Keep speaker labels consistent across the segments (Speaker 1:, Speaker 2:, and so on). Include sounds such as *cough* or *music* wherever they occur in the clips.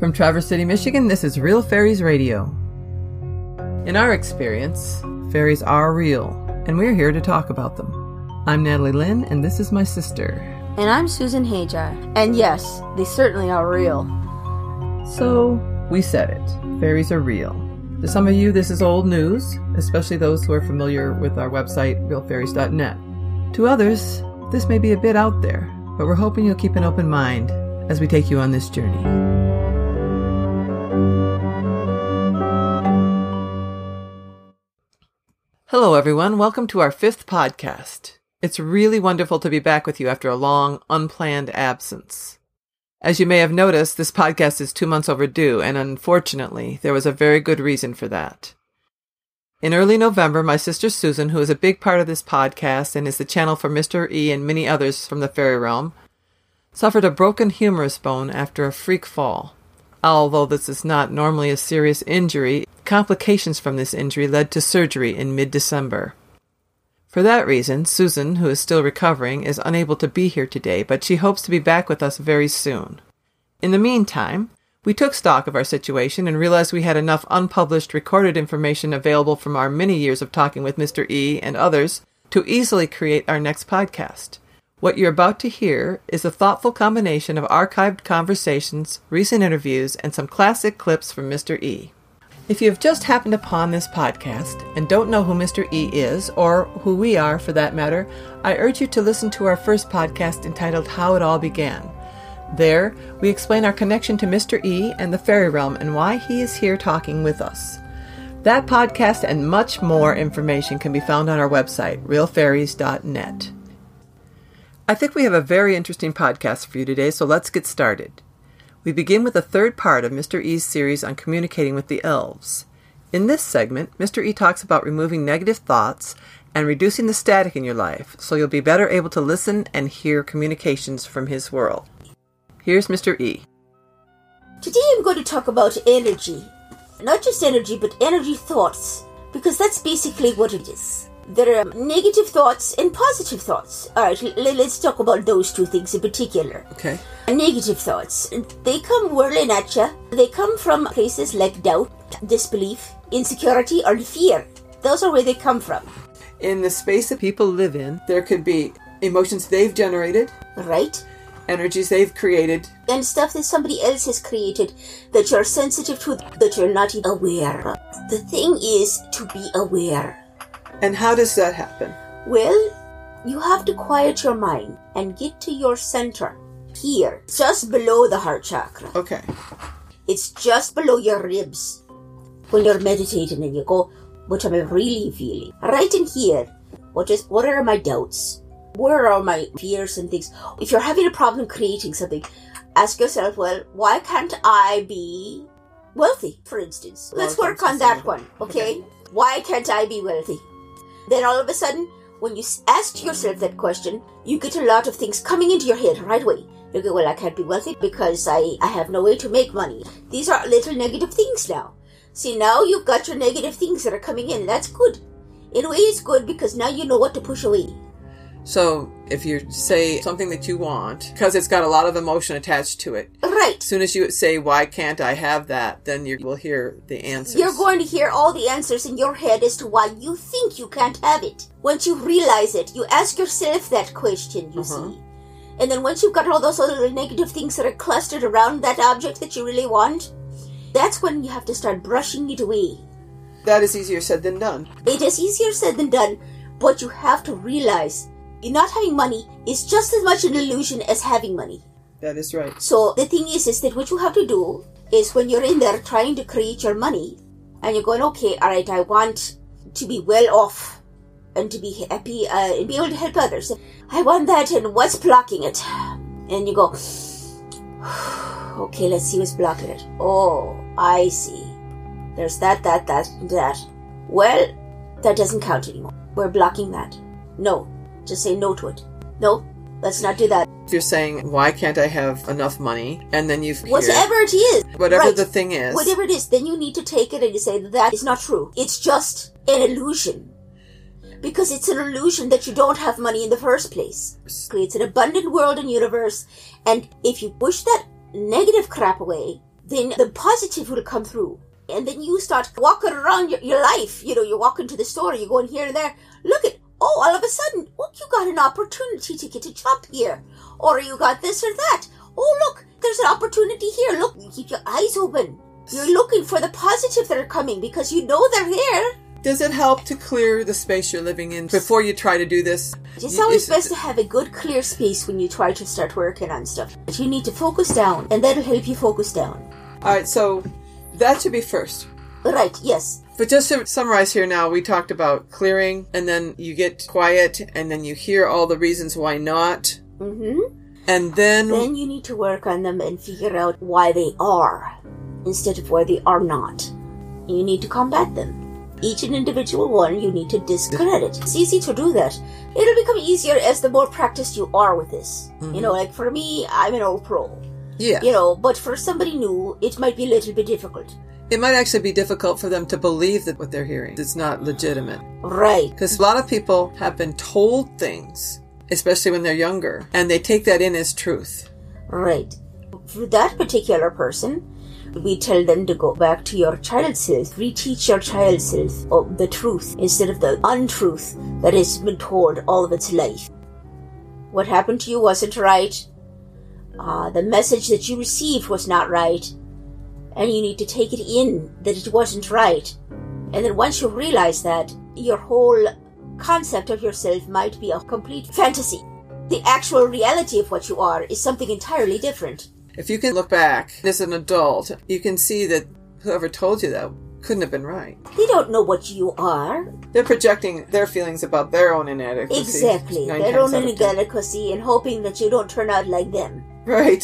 Speaker 1: From Traverse City, Michigan, this is Real Fairies Radio. In our experience, fairies are real, and we're here to talk about them. I'm Natalie Lynn, and this is my sister.
Speaker 2: And I'm Susan Hajar. And yes, they certainly are real.
Speaker 1: So, we said it fairies are real. To some of you, this is old news, especially those who are familiar with our website, realfairies.net. To others, this may be a bit out there, but we're hoping you'll keep an open mind as we take you on this journey. Hello, everyone. Welcome to our fifth podcast. It's really wonderful to be back with you after a long, unplanned absence. As you may have noticed, this podcast is two months overdue, and unfortunately, there was a very good reason for that. In early November, my sister Susan, who is a big part of this podcast and is the channel for Mr. E and many others from the fairy realm, suffered a broken humerus bone after a freak fall. Although this is not normally a serious injury, complications from this injury led to surgery in mid December. For that reason, Susan, who is still recovering, is unable to be here today, but she hopes to be back with us very soon. In the meantime, we took stock of our situation and realized we had enough unpublished recorded information available from our many years of talking with Mr. E and others to easily create our next podcast. What you're about to hear is a thoughtful combination of archived conversations, recent interviews, and some classic clips from Mr. E. If you have just happened upon this podcast and don't know who Mr. E is, or who we are for that matter, I urge you to listen to our first podcast entitled How It All Began. There, we explain our connection to Mr. E and the fairy realm and why he is here talking with us. That podcast and much more information can be found on our website, realfairies.net. I think we have a very interesting podcast for you today, so let's get started. We begin with the third part of Mr. E's series on communicating with the elves. In this segment, Mr. E talks about removing negative thoughts and reducing the static in your life so you'll be better able to listen and hear communications from his world. Here's Mr. E.
Speaker 2: Today I'm going to talk about energy. Not just energy, but energy thoughts, because that's basically what it is. There are negative thoughts and positive thoughts. All right, l- let's talk about those two things in particular.
Speaker 1: Okay.
Speaker 2: Negative thoughts, they come whirling at you. They come from places like doubt, disbelief, insecurity, or fear. Those are where they come from,
Speaker 1: In the space that people live in, there could be emotions they've generated,
Speaker 2: right?
Speaker 1: energies they've created.
Speaker 2: And stuff that somebody else has created that you're sensitive to, that you're not aware of. The thing is to be aware.
Speaker 1: And how does that happen?
Speaker 2: Well, you have to quiet your mind and get to your center. Here, just below the heart chakra.
Speaker 1: Okay.
Speaker 2: It's just below your ribs. When you're meditating and you go, what am I really feeling? Right in here. What is what are my doubts? Where are my fears and things? If you're having a problem creating something, ask yourself, well, why can't I be wealthy, for instance? Let's
Speaker 1: Well,
Speaker 2: work on that one, okay? Why can't I be wealthy? Then all of a sudden, when you s- ask yourself that question, you get a lot of things coming into your head right away. You go, well, I can't be wealthy because I, I have no way to make money. These are little negative things now. See, now you've got your negative things that are coming in. That's good. In a way, it's good because now you know what to push away.
Speaker 1: So, if you say something that you want, because it's got a lot of emotion attached to it,
Speaker 2: Right.
Speaker 1: as soon as you say, Why can't I have that? then you will hear the answers.
Speaker 2: You're going to hear all the answers in your head as to why you think you can't have it. Once you realize it, you ask yourself that question, you see. And then once you've got all those other negative things that are clustered around that object that you really want, that's when you have to start brushing it away.
Speaker 1: That is easier said than done.
Speaker 2: It is easier said than done, but you have to realize you not having money is just as much an illusion as having money.
Speaker 1: That is right.
Speaker 2: So the thing is, is that what you have to do is when you're in there trying to create your money, and you're going, okay, all right, I want to be well off and to be happy uh, and be able to help others. I want that, and what's blocking it? And you go, *sighs* okay, let's see what's blocking it. Oh, I see. There's that, that, that, and that. Well, that doesn't count anymore. We're blocking that. No, just say no to it. No, let's not do that.
Speaker 1: If you're saying, Why can't I have enough money? and then you've
Speaker 2: Whatever it is,
Speaker 1: whatever
Speaker 2: right.
Speaker 1: the thing is.
Speaker 2: whatever it is, then you need to take it and you say that is not true. It's just an illusion. Because it's an illusion that you don't have money in the first place. It creates an abundant world and universe, and if you push that negative crap away, then the positive will come through. And then you start walking around your, your life. You know, you walk into the store, you go in here and there. Look at, oh, all of a sudden, look, you got an opportunity to get a job here. Or you got this or that. Oh, look, there's an opportunity here. Look, you keep your eyes open. You're looking for the positive that are coming because you know they're there.
Speaker 1: Does it help to clear the space you're living in before you try to do this?
Speaker 2: It's always
Speaker 1: Is-
Speaker 2: best to have a good clear space when you try to start working on stuff. But you need to focus down, and that'll help you focus down.
Speaker 1: All right, so that should be first.
Speaker 2: Right, yes.
Speaker 1: But just to summarize here now, we talked about clearing, and then you get quiet, and then you hear all the reasons why not.
Speaker 2: Mm-hmm.
Speaker 1: And then,
Speaker 2: Then you need to work on them and figure out why they are instead of why they are not. You need to combat them. Each and individual one you need to discredit. It's easy to do that. It'll become easier as the more practiced you are with this. You know, like for me, I'm an old pro.
Speaker 1: yeah,
Speaker 2: You know, but for somebody new, it might be a little bit difficult.
Speaker 1: it might actually be difficult for them to believe that what they're hearing is not legitimate.
Speaker 2: Right.
Speaker 1: Because a lot of people have been told things, especially when they're younger, and they take that in as truth.
Speaker 2: Right. For that particular person, we tell them to go back to your child self, reteach your child self of the truth instead of the untruth that has been told all of its life. What happened to you wasn't right. Uh, the message that you received was not right. And you need to take it in that it wasn't right. And then once you realize that, your whole concept of yourself might be a complete fantasy. The actual reality of what you are is something entirely different.
Speaker 1: If you can look back as an adult, you can see that whoever told you that couldn't have been right.
Speaker 2: They don't know what you are
Speaker 1: They're projecting their feelings about their own inadequacy.
Speaker 2: exactly.
Speaker 1: nine
Speaker 2: Their
Speaker 1: times
Speaker 2: own
Speaker 1: out of ten.
Speaker 2: inadequacy and hoping that you don't turn out like them.
Speaker 1: Right.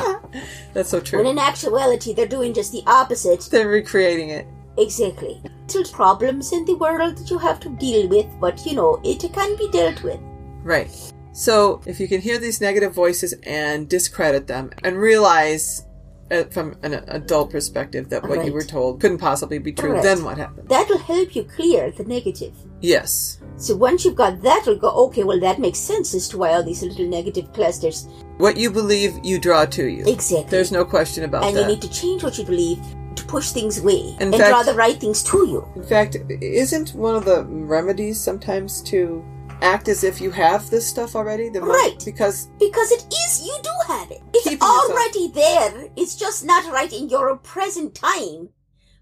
Speaker 1: *laughs* That's so true.
Speaker 2: When in actuality, they're doing just the opposite.
Speaker 1: They're recreating it.
Speaker 2: Exactly. Little problems in the world that you have to deal with, but you know, it can be dealt with.
Speaker 1: Right. So if you can hear these negative voices and discredit them and realize uh, from an adult perspective that what you
Speaker 2: Right.
Speaker 1: were told couldn't possibly be true,
Speaker 2: Correct.
Speaker 1: then what happened?
Speaker 2: That'll help you clear the negative.
Speaker 1: Yes.
Speaker 2: So once you've got that, you'll go, okay, well, that makes sense as to why all these little negative clusters.
Speaker 1: What you believe, you draw to you.
Speaker 2: Exactly.
Speaker 1: There's no question about
Speaker 2: and
Speaker 1: that.
Speaker 2: you need to change what you believe to push things away
Speaker 1: In
Speaker 2: and draw
Speaker 1: fact-
Speaker 2: the right things to you.
Speaker 1: In fact, isn't one of the remedies sometimes to act as if you have this stuff already? The mo-
Speaker 2: Right.
Speaker 1: Because
Speaker 2: Because it is, you do have it. It's
Speaker 1: Keeping yourself-
Speaker 2: already there. It's just not right in your present time.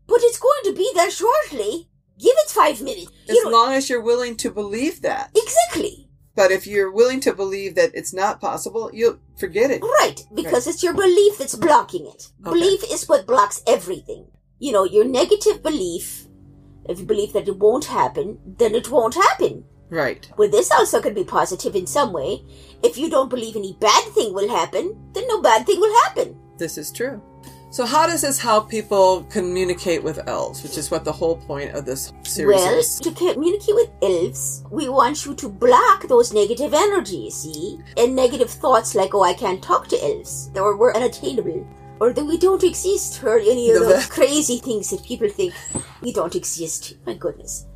Speaker 2: But it's going to be there shortly. Give it five minutes.
Speaker 1: as long as you're willing to believe that,
Speaker 2: exactly.
Speaker 1: But if you're willing to believe that it's not possible, you'll forget it.
Speaker 2: Right. Because it's your belief that's blocking it.
Speaker 1: Okay.
Speaker 2: Belief is what blocks everything. You know, your negative belief, if you believe that it won't happen, then it won't happen.
Speaker 1: Right.
Speaker 2: Well, this also could be positive in some way. If you don't believe any bad thing will happen, then no bad thing will happen.
Speaker 1: This is true. So how does this help people communicate with elves, which is what the whole point of this series
Speaker 2: well,
Speaker 1: is?
Speaker 2: to communicate with elves, we want you to block those negative energies, see? And negative thoughts like, oh, I can't talk to elves, or we're unattainable, or that we don't exist, or any of
Speaker 1: The- *laughs*
Speaker 2: those crazy things that people think we don't exist. My goodness.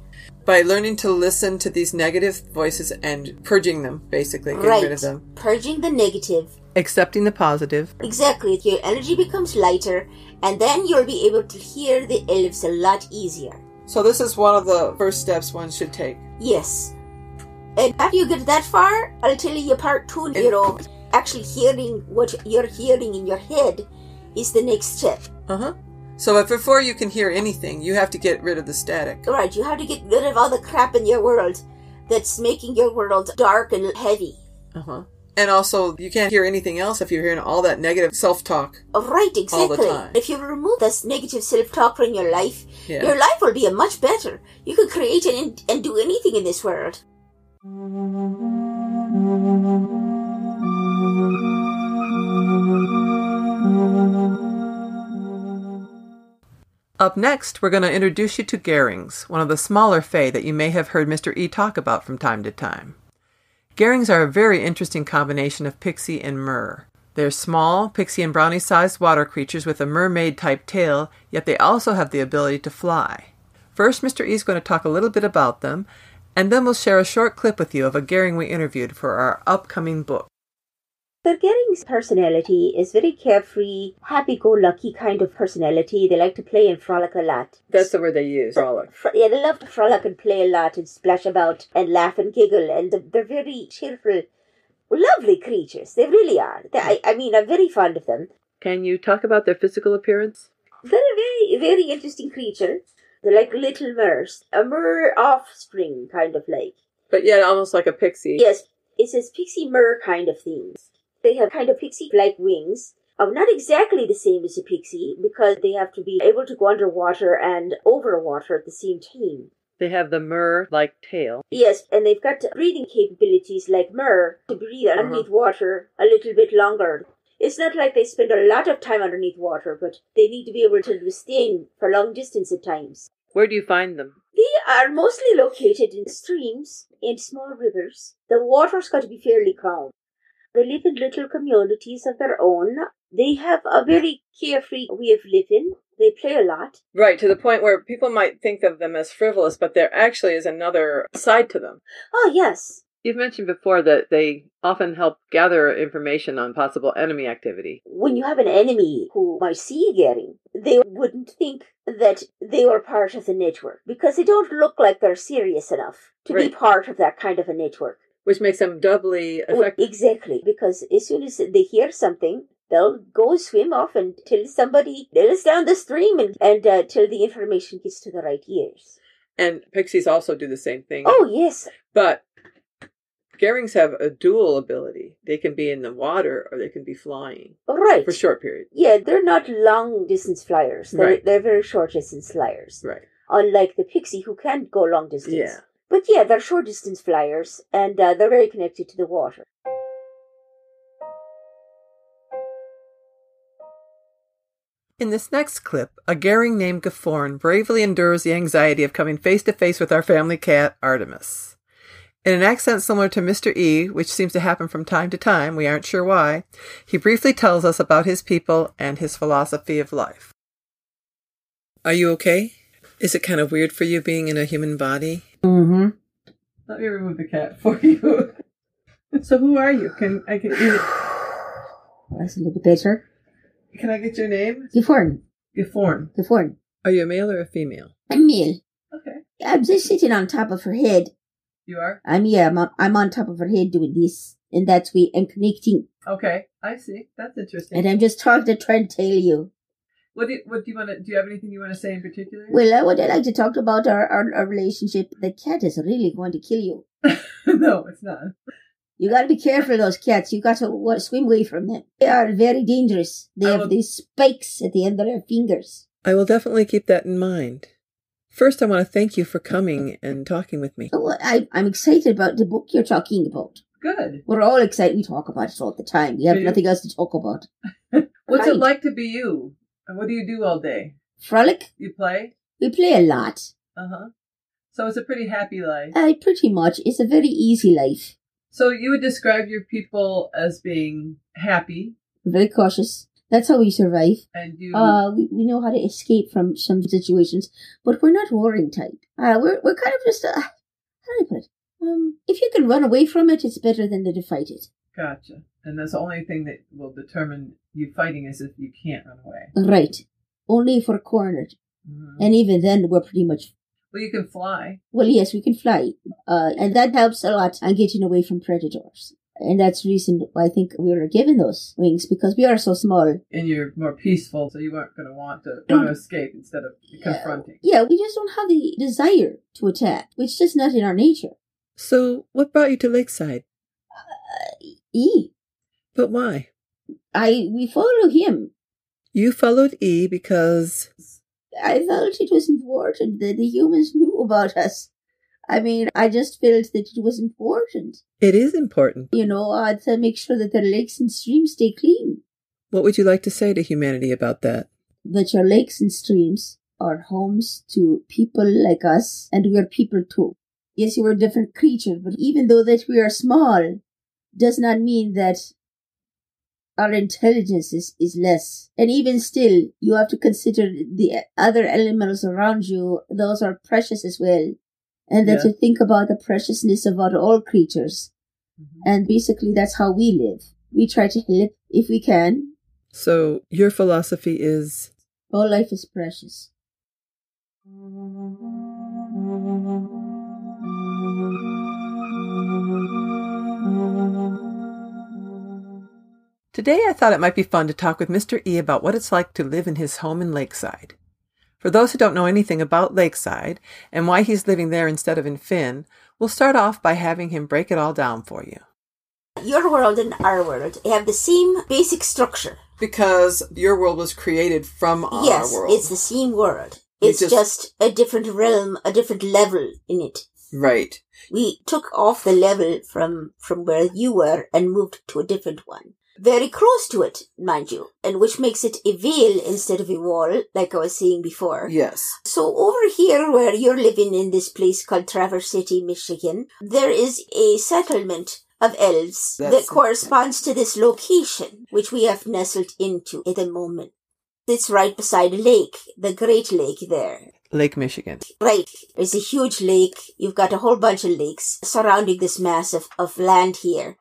Speaker 1: By learning to listen to these negative voices and purging them, basically, getting rid
Speaker 2: right.
Speaker 1: of them.
Speaker 2: Purging the negative
Speaker 1: Accepting the positive.
Speaker 2: Exactly, your energy becomes lighter, and then you'll be able to hear the elves a lot easier.
Speaker 1: So this is one of the first steps one should take.
Speaker 2: Yes. And after you get that far, I'll tell you part two, you know, actually hearing what you're hearing in your head is the next step.
Speaker 1: Uh-huh. So if before you can hear anything, you have to get rid of the static.
Speaker 2: Right, you have to get rid of all the crap in your world that's making your world dark and heavy.
Speaker 1: Uh-huh. And also, you can't hear anything else if you're hearing all that negative self-talk.
Speaker 2: Right,
Speaker 1: All the
Speaker 2: exactly.
Speaker 1: time.
Speaker 2: If you remove this negative self talk from your life,
Speaker 1: Yeah.
Speaker 2: your life will be a much better. You can create and, and do anything in this world.
Speaker 1: Up next, we're going to introduce you to Garings, one of the smaller Fae that you may have heard Mr. E talk about from time to time. Garings are a very interesting combination of pixie and myrrh. They're small, pixie and brownie sized water creatures with a mermaid type tail, yet they also have the ability to fly. First, Mr. E is going to talk a little bit about them, and then we'll share a short clip with you of a Garing we interviewed for our upcoming book.
Speaker 2: Sergering's personality is very carefree, happy-go-lucky kind of personality. They like to play and frolic a lot.
Speaker 3: That's the word they use, frolic.
Speaker 2: Fro- yeah, they love to frolic and play a lot and splash about and laugh and giggle, and th- they're very cheerful, lovely creatures. They really are. They, I, I mean, I'm very fond of them.
Speaker 1: Can you talk about their physical appearance?
Speaker 2: They're a very, very interesting creature. They're like little mers, a mer offspring kind of like.
Speaker 3: But yet, almost like a pixie.
Speaker 2: Yes, it's this pixie mer kind of thing. They have kind of pixie-like wings. Uh, not exactly the same as a pixie because they have to be able to go underwater and over water at the same time.
Speaker 1: They have the mer like tail.
Speaker 2: Yes, and they've got breathing capabilities like mer to breathe underneath water a little bit longer. It's not like they spend a lot of time underneath water, but they need to be able to withstand for long distance at times.
Speaker 1: Where do you find them?
Speaker 2: They are mostly located in streams and small rivers. The water's got to be fairly calm. They live in little communities of their own. They have a very carefree way of living. They play a lot.
Speaker 3: Right, to the point where people might think of them as frivolous, but there actually is another side to them.
Speaker 2: Oh, yes.
Speaker 1: You've mentioned before that they often help gather information on possible enemy activity.
Speaker 2: When you have an enemy who might see Gering, they wouldn't think that they were part of the network because they don't look like they're serious enough to
Speaker 3: Right.
Speaker 2: be part of that kind of a network.
Speaker 3: Which makes them doubly
Speaker 2: Well,
Speaker 3: effective.
Speaker 2: Exactly, because as soon as they hear something, they'll go swim off and till somebody is down the stream and, and uh, till the information gets to the right ears.
Speaker 3: And pixies also do the same thing.
Speaker 2: Oh, yes.
Speaker 3: But Gerings have a dual ability. They can be in the water or they can be flying
Speaker 2: Right.
Speaker 3: for short periods.
Speaker 2: Yeah, they're not long distance flyers. They're,
Speaker 3: Right.
Speaker 2: they're very short distance flyers.
Speaker 3: Right.
Speaker 2: Unlike the pixie who can go long distance.
Speaker 3: Yeah.
Speaker 2: But yeah, they're short distance flyers and uh, they're very connected to the water.
Speaker 1: In this next clip, a Garing named Gaforn bravely endures the anxiety of coming face to face with our family cat, Artemis. In an accent similar to Mr. E, which seems to happen from time to time, we aren't sure why, he briefly tells us about his people and his philosophy of life. Are you okay? Is it kind of weird for you being in a human body?
Speaker 3: Mm-hmm.
Speaker 1: Let me remove the cat for you. *laughs* so who are you? Can I get your,
Speaker 4: That's a little better.
Speaker 1: can I get your name?
Speaker 4: Gifford,
Speaker 1: Gaforn.
Speaker 4: Gifford,
Speaker 1: Are you a male or a female?
Speaker 4: Emil.
Speaker 1: Okay.
Speaker 4: I'm just sitting on top of her head.
Speaker 1: You are?
Speaker 4: I'm yeah, I'm on, I'm on top of her head doing this, and that's way I'm connecting.
Speaker 1: Okay. I see. That's interesting.
Speaker 4: And I'm just trying to try and tell you.
Speaker 1: What do you, what do you want to do? You have anything you want to say in particular?
Speaker 4: Well, I would like to talk about our, our, our relationship. The cat is really going to kill you.
Speaker 1: *laughs* no, it's not.
Speaker 4: You got to be careful of those cats. You got to wa swim away from them. They are very dangerous. They
Speaker 1: I
Speaker 4: have
Speaker 1: will-
Speaker 4: these spikes at the end of their fingers.
Speaker 1: I will definitely keep that in mind. First, I want to thank you for coming and talking with me.
Speaker 4: Oh, I, I'm excited about the book you're talking about.
Speaker 1: Good.
Speaker 4: We're all excited. We talk about it all the time. We have
Speaker 1: Do you?
Speaker 4: nothing else to talk about.
Speaker 1: What's it
Speaker 4: Right.
Speaker 1: like to be you? And what do you do all day?
Speaker 4: Frolic
Speaker 1: You play?
Speaker 4: We play a lot.
Speaker 1: Uh huh. So it's a pretty happy life.
Speaker 4: I pretty much. It's a very easy life.
Speaker 1: So you would describe your people as being happy,
Speaker 4: We're very cautious. That's how we survive.
Speaker 1: and you.
Speaker 4: Uh, we, we know how to escape from some situations, but we're not warring type. Uh, we're we're kind of just uh, how do I put it? Um, if you can run away from it, it's better than to fight it.
Speaker 1: gotcha. And that's the only thing that will determine you fighting is if you can't run away.
Speaker 4: Right. Only if we're cornered,
Speaker 1: Mhm.
Speaker 4: and even then, we're pretty much.
Speaker 1: Well, you can fly.
Speaker 4: Well, yes, we can fly, uh, and that helps a lot on getting away from predators. And that's the reason why I think we were given those wings because we are so small.
Speaker 1: and you're more peaceful, so you aren't going to want to want to escape instead of confronting.
Speaker 4: Yeah, we just don't have the desire to attack. It's just not in our nature.
Speaker 1: So, what brought you to Lakeside?
Speaker 4: E.
Speaker 1: But why?
Speaker 4: I we follow him.
Speaker 1: You followed E because
Speaker 4: I felt it was important that the humans knew about us. I mean, I just felt that it was important,
Speaker 1: it is important.
Speaker 4: you know, uh, to make sure that their lakes and streams stay clean.
Speaker 1: What would you like to say to humanity about that?
Speaker 4: That your lakes and streams are homes to people like us, and we are people too. Yes, you are a different creature, but even though that we are small, does not mean that our intelligence is, is less. And even still, you have to consider the other elements around you. Those are precious as well. And that
Speaker 1: Yeah.
Speaker 4: you think about the preciousness about all creatures. And basically, that's how we live. We try to help if we can.
Speaker 1: So your philosophy is
Speaker 4: All life is precious.
Speaker 1: Today I thought it might be fun to talk with Mr. E about what it's like to live in his home in Lakeside. For those who don't know anything about Lakeside and why he's living there instead of in Finn, we'll start off by having him break it all down for you.
Speaker 2: Your world and our world have the same basic structure.
Speaker 1: Because your world was created from our
Speaker 2: yes,
Speaker 1: world.
Speaker 2: it's the same world.
Speaker 1: You
Speaker 2: It's
Speaker 1: just-
Speaker 2: just... a different realm, a different level in it.
Speaker 1: right.
Speaker 2: We took off the level from from where you were and moved to a different one. Very close to it, mind you, and which makes it a veil instead of a wall, like I was saying before.
Speaker 1: Yes.
Speaker 2: So over here where you're living in this place called Traverse City, Michigan, there is a settlement of elves
Speaker 1: That's-
Speaker 2: that corresponds to this location, which we have nestled into at the moment. It's right beside a lake, the Great Lake there.
Speaker 1: Lake Michigan.
Speaker 2: Right. It's a huge lake. You've got a whole bunch of lakes surrounding this mass of, of land here.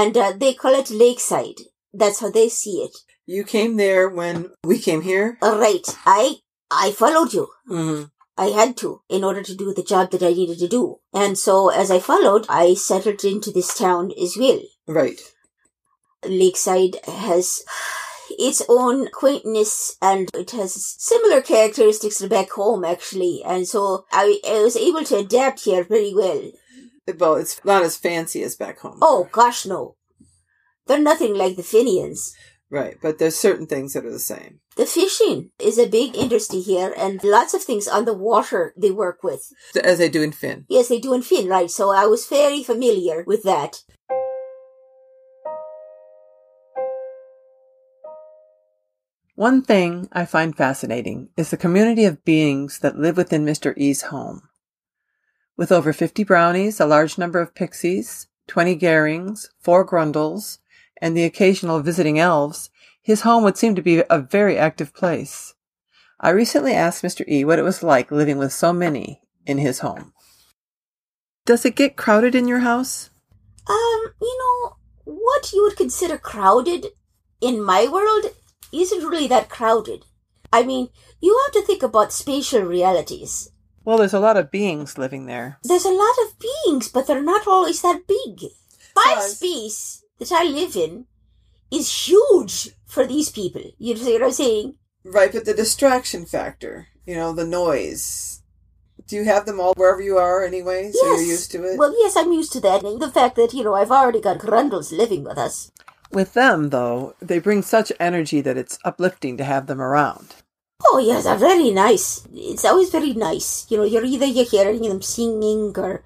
Speaker 2: And uh, they call it Lakeside. That's how they see it.
Speaker 1: You came there when we came here.
Speaker 2: All right. I, I followed you.
Speaker 1: Mm-hmm.
Speaker 2: I had to in order to do the job that I needed to do. And so as I followed, I settled into this town as well.
Speaker 1: Right.
Speaker 2: Lakeside has its own quaintness and it has similar characteristics to back home actually. And so I, I was able to adapt here very well.
Speaker 1: Well, it's not as fancy as back home.
Speaker 2: Oh gosh, no. They're nothing like the Finians.
Speaker 1: Right, but there's certain things that are the same.
Speaker 2: The fishing is a big industry here and lots of things on the water they work with.
Speaker 1: As they do in Finn.
Speaker 2: Yes, they do in Finn, right? So I was very familiar with that.
Speaker 1: One thing I find fascinating is the community of beings that live within Mr. E's home. With over 50 brownies, a large number of pixies, 20 garings, four grundles, and the occasional visiting elves, his home would seem to be a very active place. I recently asked Mr. E what it was like living with so many in his home. Does it get crowded in your house?
Speaker 2: Um, you know, what you would consider crowded in my world isn't really that crowded. I mean, you have to think about spatial realities.
Speaker 1: Well, there's a lot of beings living there.
Speaker 2: There's a lot of beings, but they're not always that big. My
Speaker 1: Size.
Speaker 2: space that I live in is huge for these people. You see what I'm saying?
Speaker 3: Right, but the distraction factor, you know, the noise. Do you have them all wherever you are anyway? So you're used to it?
Speaker 2: Well, yes, I'm used to that. And the fact that, you know, I've already got Grundles living with us.
Speaker 1: With them, though, they bring such energy that it's uplifting to have them around.
Speaker 2: Oh yes, they're very nice. It's always very nice. You know, you're either you're hearing them singing or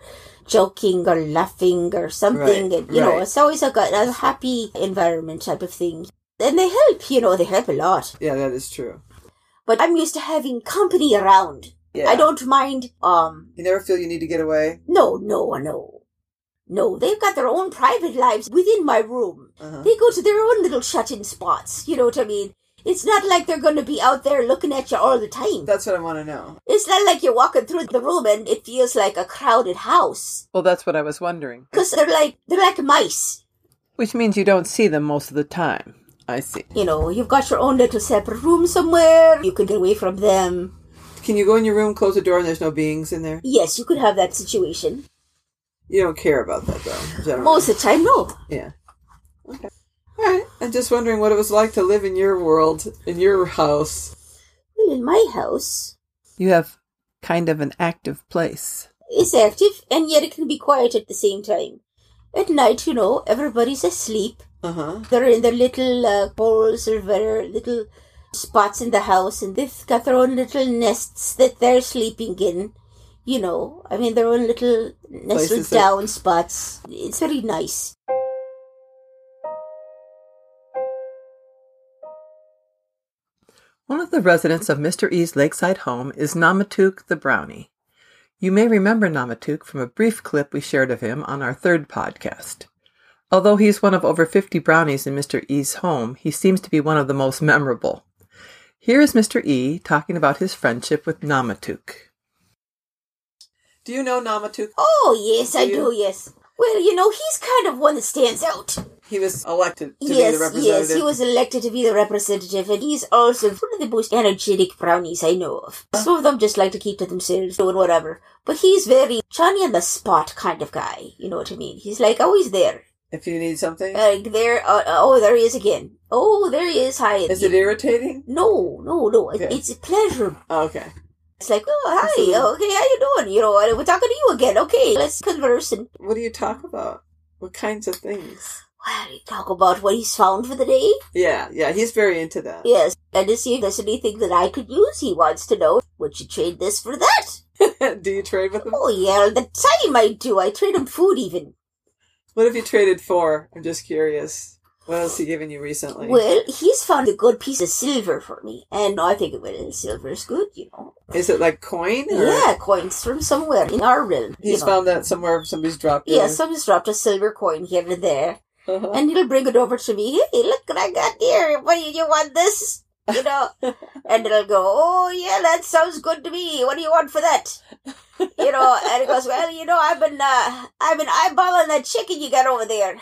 Speaker 2: joking or laughing or something,
Speaker 3: Right,
Speaker 2: and you know,
Speaker 3: right.
Speaker 2: it's always a, good- a happy environment type of thing. And they help. You know, they help a lot.
Speaker 3: yeah, that is true.
Speaker 2: But I'm used to having company around.
Speaker 3: Yeah.
Speaker 2: I don't mind. Um,
Speaker 3: You never feel you need to get away?
Speaker 2: no, no, no, no. They've got their own private lives within my room.
Speaker 3: Uh-huh.
Speaker 2: They go to their own little shut-in spots. You know what I mean? It's not like they're going to be out there looking at you all the time.
Speaker 3: That's what I want to know.
Speaker 2: It's not like you're walking through the room and it feels like a crowded house.
Speaker 1: Well, that's what I was wondering.
Speaker 2: Because they're like, they're like mice.
Speaker 1: Which means you don't see them most of the time. I see.
Speaker 2: You know, you've got your own little separate room somewhere. You can get away from them.
Speaker 3: Can you go in your room, close the door, and there's no beings in there?
Speaker 2: Yes, you could have that situation.
Speaker 3: You don't care about that, though. Generally.
Speaker 2: Most of the time, no.
Speaker 3: Yeah. Okay. All right. I'm just wondering what it was like to live in your world, in your house.
Speaker 2: Well, in my house,
Speaker 1: You have kind of an active place.
Speaker 2: it's active and yet it can be quiet at the same time. At night, you know, everybody's asleep.
Speaker 3: Uh huh.
Speaker 2: They're in their little uh, holes or their little spots in the house, and they've got their own little nests that they're sleeping in. You know, I mean, their own little nestled
Speaker 3: Places that-
Speaker 2: down spots. It's very nice.
Speaker 1: One of the residents of Mr. E's lakeside home is Namatuk the Brownie. You may remember Namatuk from a brief clip we shared of him on our third podcast. Although he's one of over 50 brownies in Mr. E's home, he seems to be one of the most memorable. Here is Mr. E talking about his friendship with Namatuk.
Speaker 3: Do you know Namatuk?
Speaker 2: Oh, yes, I
Speaker 3: Do you-
Speaker 2: do, yes. Well, you know, he's kind of one that stands out.
Speaker 3: He was elected to be the
Speaker 2: yes,
Speaker 3: representative.
Speaker 2: yes, he was elected to be the representative, and he's also one of the most energetic brownies I know of. Some of them just like to keep to themselves, doing whatever. But he's very Johnny on the spot kind of guy. You know what I mean? He's like always there.
Speaker 3: if you need something,
Speaker 2: Like there. Uh, oh, there he is again. Oh, there he is. Hi.
Speaker 3: is it irritating?
Speaker 2: No, no, no. It,
Speaker 3: Okay.
Speaker 2: It's a pleasure.
Speaker 3: Oh, okay.
Speaker 2: It's like, oh, hi.
Speaker 3: Absolutely.
Speaker 2: Okay, how you doing? You know, and we're talking to you again. Okay, let's converse and
Speaker 3: What do you talk about? What kinds of things?
Speaker 2: well, we talk about what he's found for the day.
Speaker 3: Yeah, yeah, he's very into that.
Speaker 2: Yes, and to see if there's anything that I could use, he wants to know. Would you trade this for that?
Speaker 3: *laughs* do you trade with him?
Speaker 2: Oh, yeah, all the time I do. I trade him food even.
Speaker 3: What have you traded for? I'm just curious. What else he given you recently?
Speaker 2: Well, he's found a good piece of silver for me, and I think well, silver is good, you know.
Speaker 3: Is it like coin? Or
Speaker 2: Yeah, coins from somewhere in our realm. you
Speaker 3: He's
Speaker 2: know.
Speaker 3: found that somewhere somebody's dropped it.
Speaker 2: Yeah,
Speaker 3: *laughs*
Speaker 2: someone's dropped a silver coin here and there,
Speaker 3: Uh-huh.
Speaker 2: and he'll bring it over to me. Hey, look what I got here. What do you, you want this? You know, and it'll go, oh yeah, that sounds good to me. What do you want for that? You know, and it goes, well, you know, I've been, uh, I've been eyeballing that chicken you got over there.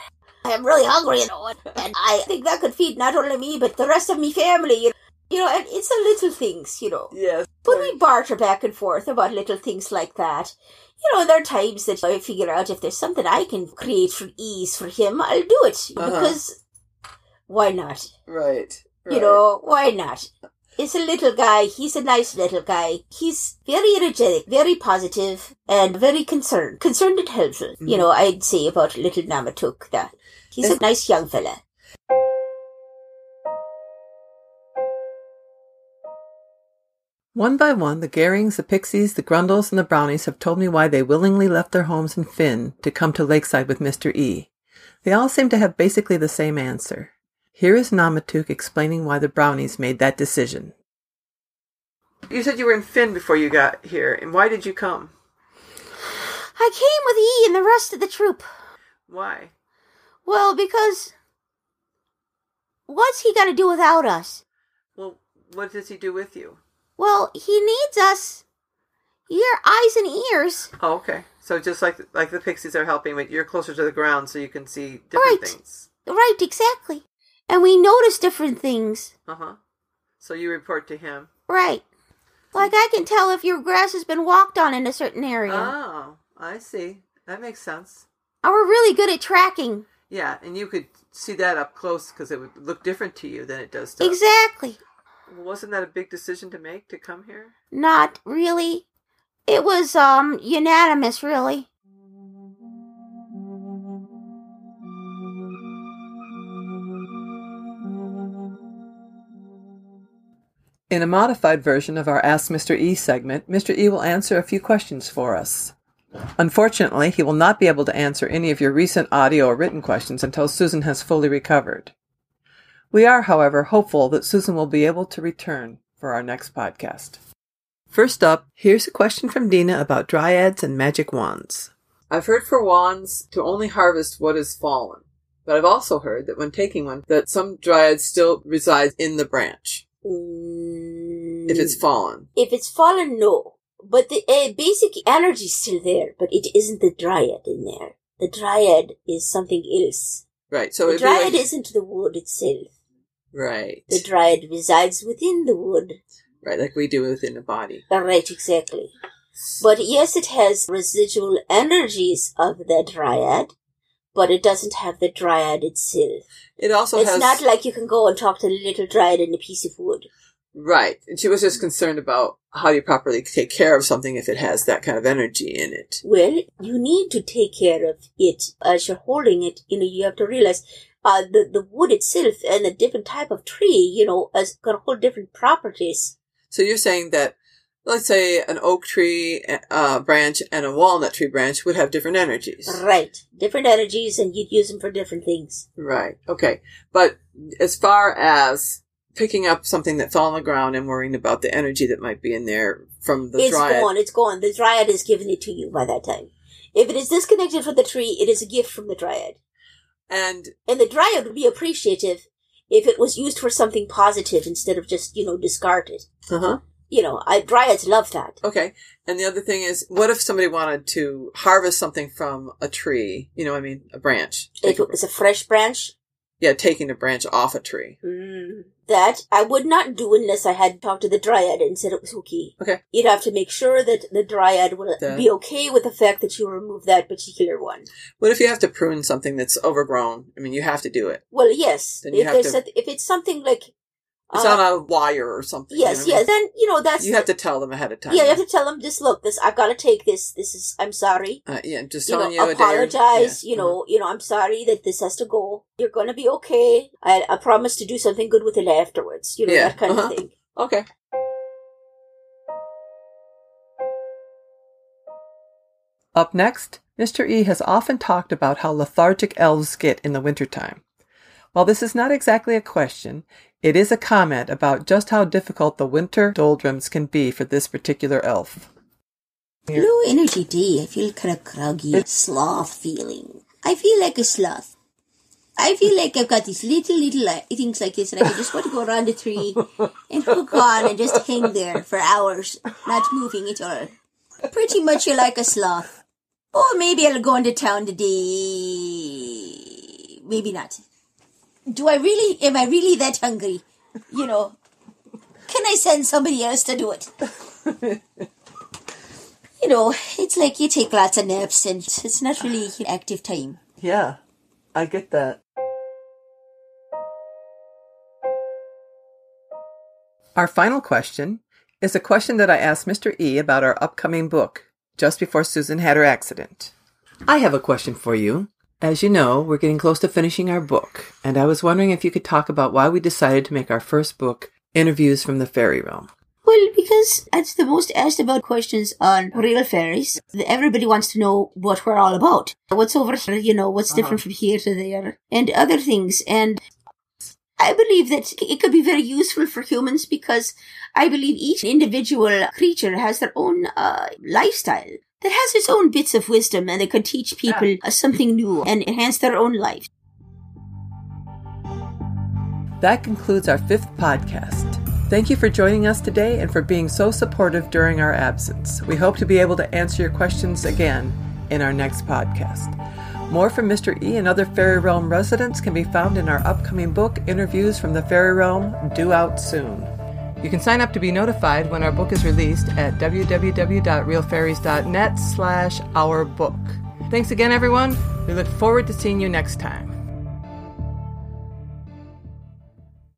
Speaker 2: I'm really hungry, you know, and I think that could feed not only me but the rest of me family. You you know, and it's the little things, you know.
Speaker 3: Yes.
Speaker 2: But we barter back and forth about little things like that. You know, there are times that I figure out if there's something I can create for ease for him, I'll do it.
Speaker 3: Uh-huh.
Speaker 2: Because why not?
Speaker 3: Right. right.
Speaker 2: You know, why not? He's a little guy. He's a nice little guy. He's very energetic, very positive, and very concerned. Concerned and helpful. You know, I'd say about little Namatuk that he's a nice young fella.
Speaker 1: One by one, the Garings, the Pixies, the Grundles, and the Brownies have told me why they willingly left their homes in Finn to come to Lakeside with Mr. E. They all seem to have basically the same answer. Here is Namatuk explaining why the Brownies made that decision. You said you were in Finn before you got here, and why did you come?
Speaker 2: I came with E and the rest of the troop.
Speaker 1: Why?
Speaker 2: Well, because what's he going to do without us?
Speaker 1: Well, what does he do with you?
Speaker 2: Well, he needs us. Your eyes and ears.
Speaker 1: Oh, okay. So just like like the Pixies are helping, but you're closer to the ground, so you can see
Speaker 2: different Right.
Speaker 1: things.
Speaker 2: Right, exactly. And we notice different things.
Speaker 1: Uh huh. So you report to him.
Speaker 2: Right. Like I can tell if your grass has been walked on in a certain area.
Speaker 3: Ah.
Speaker 1: Oh, I see. That makes sense.
Speaker 2: and we're really good at tracking.
Speaker 1: Yeah, and you could see that up close because it would look different to you than it does to us.
Speaker 2: Exactly.
Speaker 1: Wasn't that a big decision to make to come here?
Speaker 2: Not really. It was um unanimous really.
Speaker 1: In a modified version of our Ask Mr. E segment, Mr. E will answer a few questions for us. Unfortunately, he will not be able to answer any of your recent audio or written questions until Susan has fully recovered. We are, however, hopeful that Susan will be able to return for our next podcast. First up, here's a question from Dina about dryads and magic wands.
Speaker 3: I've heard for wands to only harvest what is fallen, but I've also heard that when taking one, that some dryad still resides in the branch if
Speaker 2: Mm.
Speaker 3: it's fallen.
Speaker 2: If it's fallen, no. But the uh, basic energy is still there, but it isn't the dryad in there. The dryad is something else.
Speaker 3: Right. So
Speaker 2: the
Speaker 3: it'd be
Speaker 2: dryad
Speaker 3: like-
Speaker 2: isn't the wood itself.
Speaker 3: right,
Speaker 2: The dryad resides within the wood.
Speaker 3: right, like we do within the body.
Speaker 2: Right, exactly. But yes, it has residual energies of the dryad, but it doesn't have the dryad itself.
Speaker 3: It also
Speaker 2: it's
Speaker 3: has
Speaker 2: not like you can go and talk to the little dryad in a piece of wood.
Speaker 3: right. And she was just concerned about how do you properly take care of something if it has that kind of energy in it.
Speaker 2: Well, you need to take care of it as you're holding it. You know, you have to realize uh, the the wood itself and the different type of tree. You know, has got a whole different properties.
Speaker 3: So you're saying that, let's say, an oak tree uh, branch and a walnut tree branch would have different energies.
Speaker 2: Right, different energies, and you'd use them for different things.
Speaker 3: Right. Okay. But as far as picking up something that fell on the ground and worrying about the energy that might be in there from the
Speaker 2: It's
Speaker 3: dryad,
Speaker 2: gone. It's gone. The dryad has given it to you by that time. If it is disconnected from the tree, it is a gift from the dryad,
Speaker 3: and
Speaker 2: and the dryad would be appreciative if it was used for something positive instead of just you know discarded.
Speaker 3: uh huh,
Speaker 5: you know, I, dryads love that.
Speaker 6: Okay. And the other thing is, what if somebody wanted to harvest something from a tree? You know, what I mean, a branch.
Speaker 5: It was a fresh branch.
Speaker 6: yeah, taking a branch off a tree.
Speaker 5: Mm. That I would not do unless I had talked to the dryad and said it was okay.
Speaker 6: Okay.
Speaker 5: You'd have to make sure that the dryad will
Speaker 6: That-
Speaker 5: be okay with the fact that you remove that particular one.
Speaker 6: What if you have to prune something that's overgrown? I mean, you have to do it.
Speaker 5: Well, yes.
Speaker 6: Then you
Speaker 5: if
Speaker 6: have
Speaker 5: there's
Speaker 6: to-
Speaker 5: a, if it's something like
Speaker 6: It's
Speaker 5: uh,
Speaker 6: on a wire or something. you
Speaker 5: yes,
Speaker 6: know?
Speaker 5: yes, then you know that's
Speaker 6: You have to tell them ahead of time.
Speaker 5: yeah. You have to tell them this. Look, this I've got to take this. This is I'm sorry.
Speaker 6: Uh, yeah, just
Speaker 5: You know,
Speaker 6: telling you, a day or-
Speaker 5: apologize.
Speaker 6: yeah. uh-huh.
Speaker 5: You know, you know, I'm sorry that this has to go. You're gonna be okay. I, I promise to do something good with it afterwards. You know,
Speaker 6: Yeah,
Speaker 5: that kind
Speaker 6: uh-huh.
Speaker 5: of thing.
Speaker 6: Okay.
Speaker 1: Up next, Mr. E has often talked about how lethargic elves get in the wintertime. While this is not exactly a question, it is a comment about just how difficult the winter doldrums can be for this particular elf. Here.
Speaker 2: Low energy day. I feel kind of groggy, sloth feeling. I feel like a sloth. I feel like I've got these little, little uh, things like this, and I just want to go around the tree and hook on and just hang there for hours, not moving at all. Pretty much you're like a sloth. Or maybe I'll go into town today. Maybe not. Do I really, am I really that hungry? You know, can I send somebody else to do it? you know, it's like you take lots of naps and it's not really active time.
Speaker 1: Yeah, I get that. Our final question is a question that I asked Mr. E about our upcoming book just before Susan had her accident. I have a question for you. As you know, we're getting close to finishing our book, and I was wondering if you could talk about why we decided to make our first book Interviews from the Fairy Realm.
Speaker 2: Well, because that's the most asked about questions on real fairies. Everybody wants to know what we're all about. What's over here, you know, what's different from here to there, and other things. And I believe that it could be very useful for humans because I believe each individual creature has their own uh, lifestyle that has its own bits of wisdom and it could teach people uh, something new and enhance their own life.
Speaker 1: That concludes our fifth podcast. Thank you for joining us today and for being so supportive during our absence. We hope to be able to answer your questions again in our next podcast. More from Mr. E and other Fairy Realm residents can be found in our upcoming book, Interviews from the Fairy Realm, due out soon. You can sign up to be notified when our book is released at www.realfairies.net slash our book. Thanks again, everyone. We look forward to seeing you next time.